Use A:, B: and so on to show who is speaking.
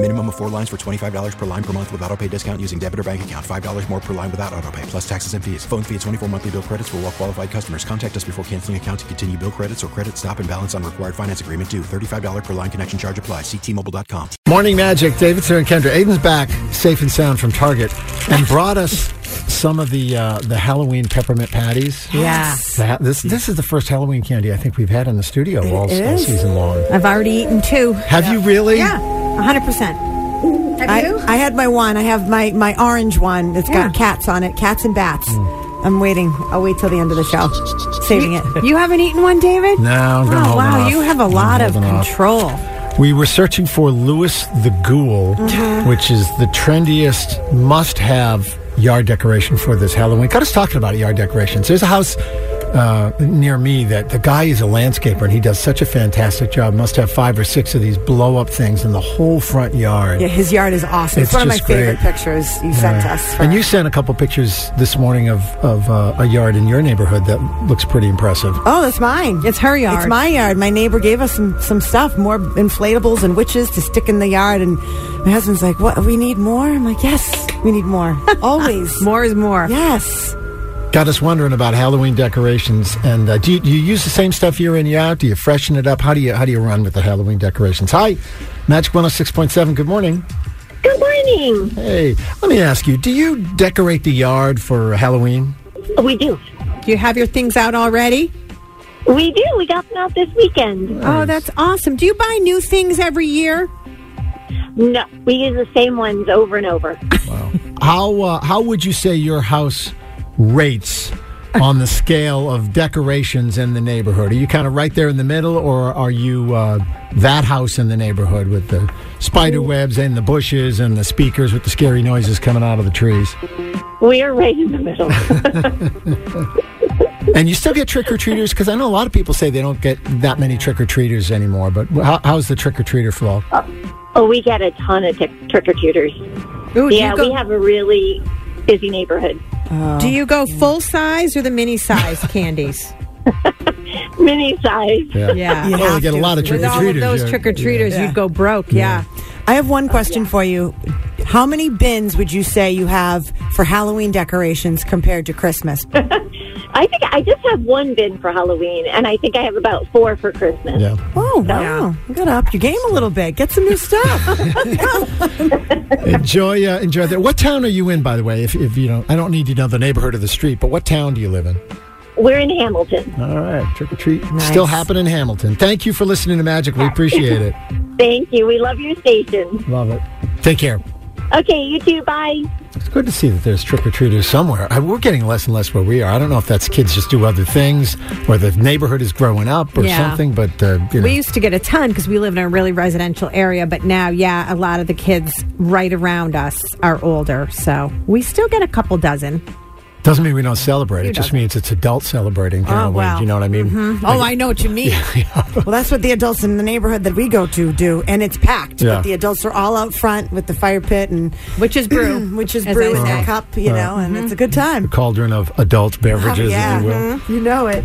A: Minimum of four lines for $25 per line per month with auto pay discount using debit or bank account. $5 more per line without auto pay, plus taxes and fees. Phone fee at 24 monthly bill credits for all well qualified customers. Contact us before canceling account to continue bill credits or credit stop and balance on required finance agreement due. $35 per line connection charge applies. Ctmobile.com.
B: Morning Magic, David Sir and Kendra. Aiden's back, safe and sound from Target, and brought us some of the uh, the Halloween peppermint patties.
C: Yeah.
B: The ha- this this is the first Halloween candy I think we've had in the studio all, all
C: It is.
B: season long.
C: I've already eaten two.
B: Have you really?
C: Yeah, 100%. I, I had my one. I have my, my orange one that's got cats on it, cats and bats.
B: Mm.
C: I'm waiting. I'll wait till the end of the show. Saving it. You haven't eaten one, David?
B: No, I'm gonna
C: Oh,
B: hold
C: wow.
B: off.
C: You have a
B: I'm
C: lot of
B: holding off.
C: control.
B: We were searching for Lewis the Ghoul, which is the trendiest must have yard decoration for this Halloween. Got us talking about yard decorations. There's a house uh, near me that the guy is a landscaper and he does such a fantastic job. Must have five or six of these blow up things in the whole front yard.
C: Yeah, his yard is awesome. It's,
B: It's
C: one of my
B: just
C: favorite
B: great.
C: pictures you sent
B: Yeah.
C: us. for-
B: And you sent a couple pictures this morning of, of uh, a yard in your neighborhood that looks pretty impressive.
C: oh, that's mine.
D: It's her yard.
C: It's my yard. My neighbor gave us some, some stuff, more inflatables and witches to stick in the yard. And my husband's like, "What? We need more." I'm like, "Yes, we need more. Always
D: More is more.
C: Yes.
B: Got us wondering about Halloween decorations. And uh, do, you, do you use the same stuff year in year out? Do you freshen it up? How do you how do you run with the Halloween decorations? Hi, Magic One Hundred Six Point Seven. Good morning.
E: Good morning.
B: Hey, let me ask you: Do you decorate the yard for Halloween?
E: We do.
D: Do you have your things out already?
E: We do. We got them out this weekend.
D: Oh, that's awesome. Do you buy new things every year?
E: No, we use the same ones over and over.
B: How uh, how would you say your house rates on the scale of decorations in the neighborhood? Are you kind of right there in the middle, or are you uh, that house in the neighborhood with the spider webs and the bushes and the speakers with the scary noises coming out of the trees?
E: We are right in the middle.
B: And you still get trick or treaters because I know a lot of people say they don't get that many trick or treaters anymore. But how, how's the trick or treater flow?
E: oh, we get a ton of t- trick or treaters.
D: Ooh, do
E: Yeah,
D: you go,
E: we have a really busy neighborhood.
D: Do you go full size or the mini size candies?
E: Mini size.
D: Yeah.
B: You only get a lot of trick
D: With
B: or
D: all of
B: treaters.
D: those trick or treaters, you'd go broke. Yeah.
C: I have one question for you. How many bins would you say you have for Halloween decorations compared to Christmas?
E: I think I just have one bin for Halloween, and I think I have about four for Christmas.
B: Yeah.
C: Oh, wow. You got to up your game a little bit. Get some new stuff.
B: Enjoy, uh, enjoy that. What town are you in, by the way? If, if you know, I don't need to know the neighborhood or the street, but what town do you live in?
E: We're in Hamilton.
B: All right, trick or treat still happening in Hamilton. Thank you for listening to Magic. We appreciate it.
E: Thank you. We love your station.
B: Love it. Take care.
E: Okay, you too. Bye.
B: It's good to see that there's trick or treaters somewhere. I, we're getting less and less where we are. I don't know if that's kids just do other things, or the neighborhood is growing up, or
D: Yeah.
B: something. But uh, you know.
D: We used to get a ton because we live in a really residential area, but now, yeah, a lot of the kids right around us are older. So we still get a couple dozen.
B: Doesn't mean we don't celebrate. It just means it's adult celebrating kind of
D: wow.
B: You know what I mean?
C: Mm-hmm.
D: Oh, I know what you mean.
C: well, that's what the adults in the neighborhood that we go to do, and it's packed.
B: Yeah.
C: But the adults are all out front with the fire pit and
D: Which is brew.
C: which is
D: As I
C: brew in
D: say. Mm-hmm.
C: their cup, you know, and it's a good time.
B: Cauldron of adult beverages,
F: Oh,
C: yeah.
B: if you will.
C: Mhm. You know it.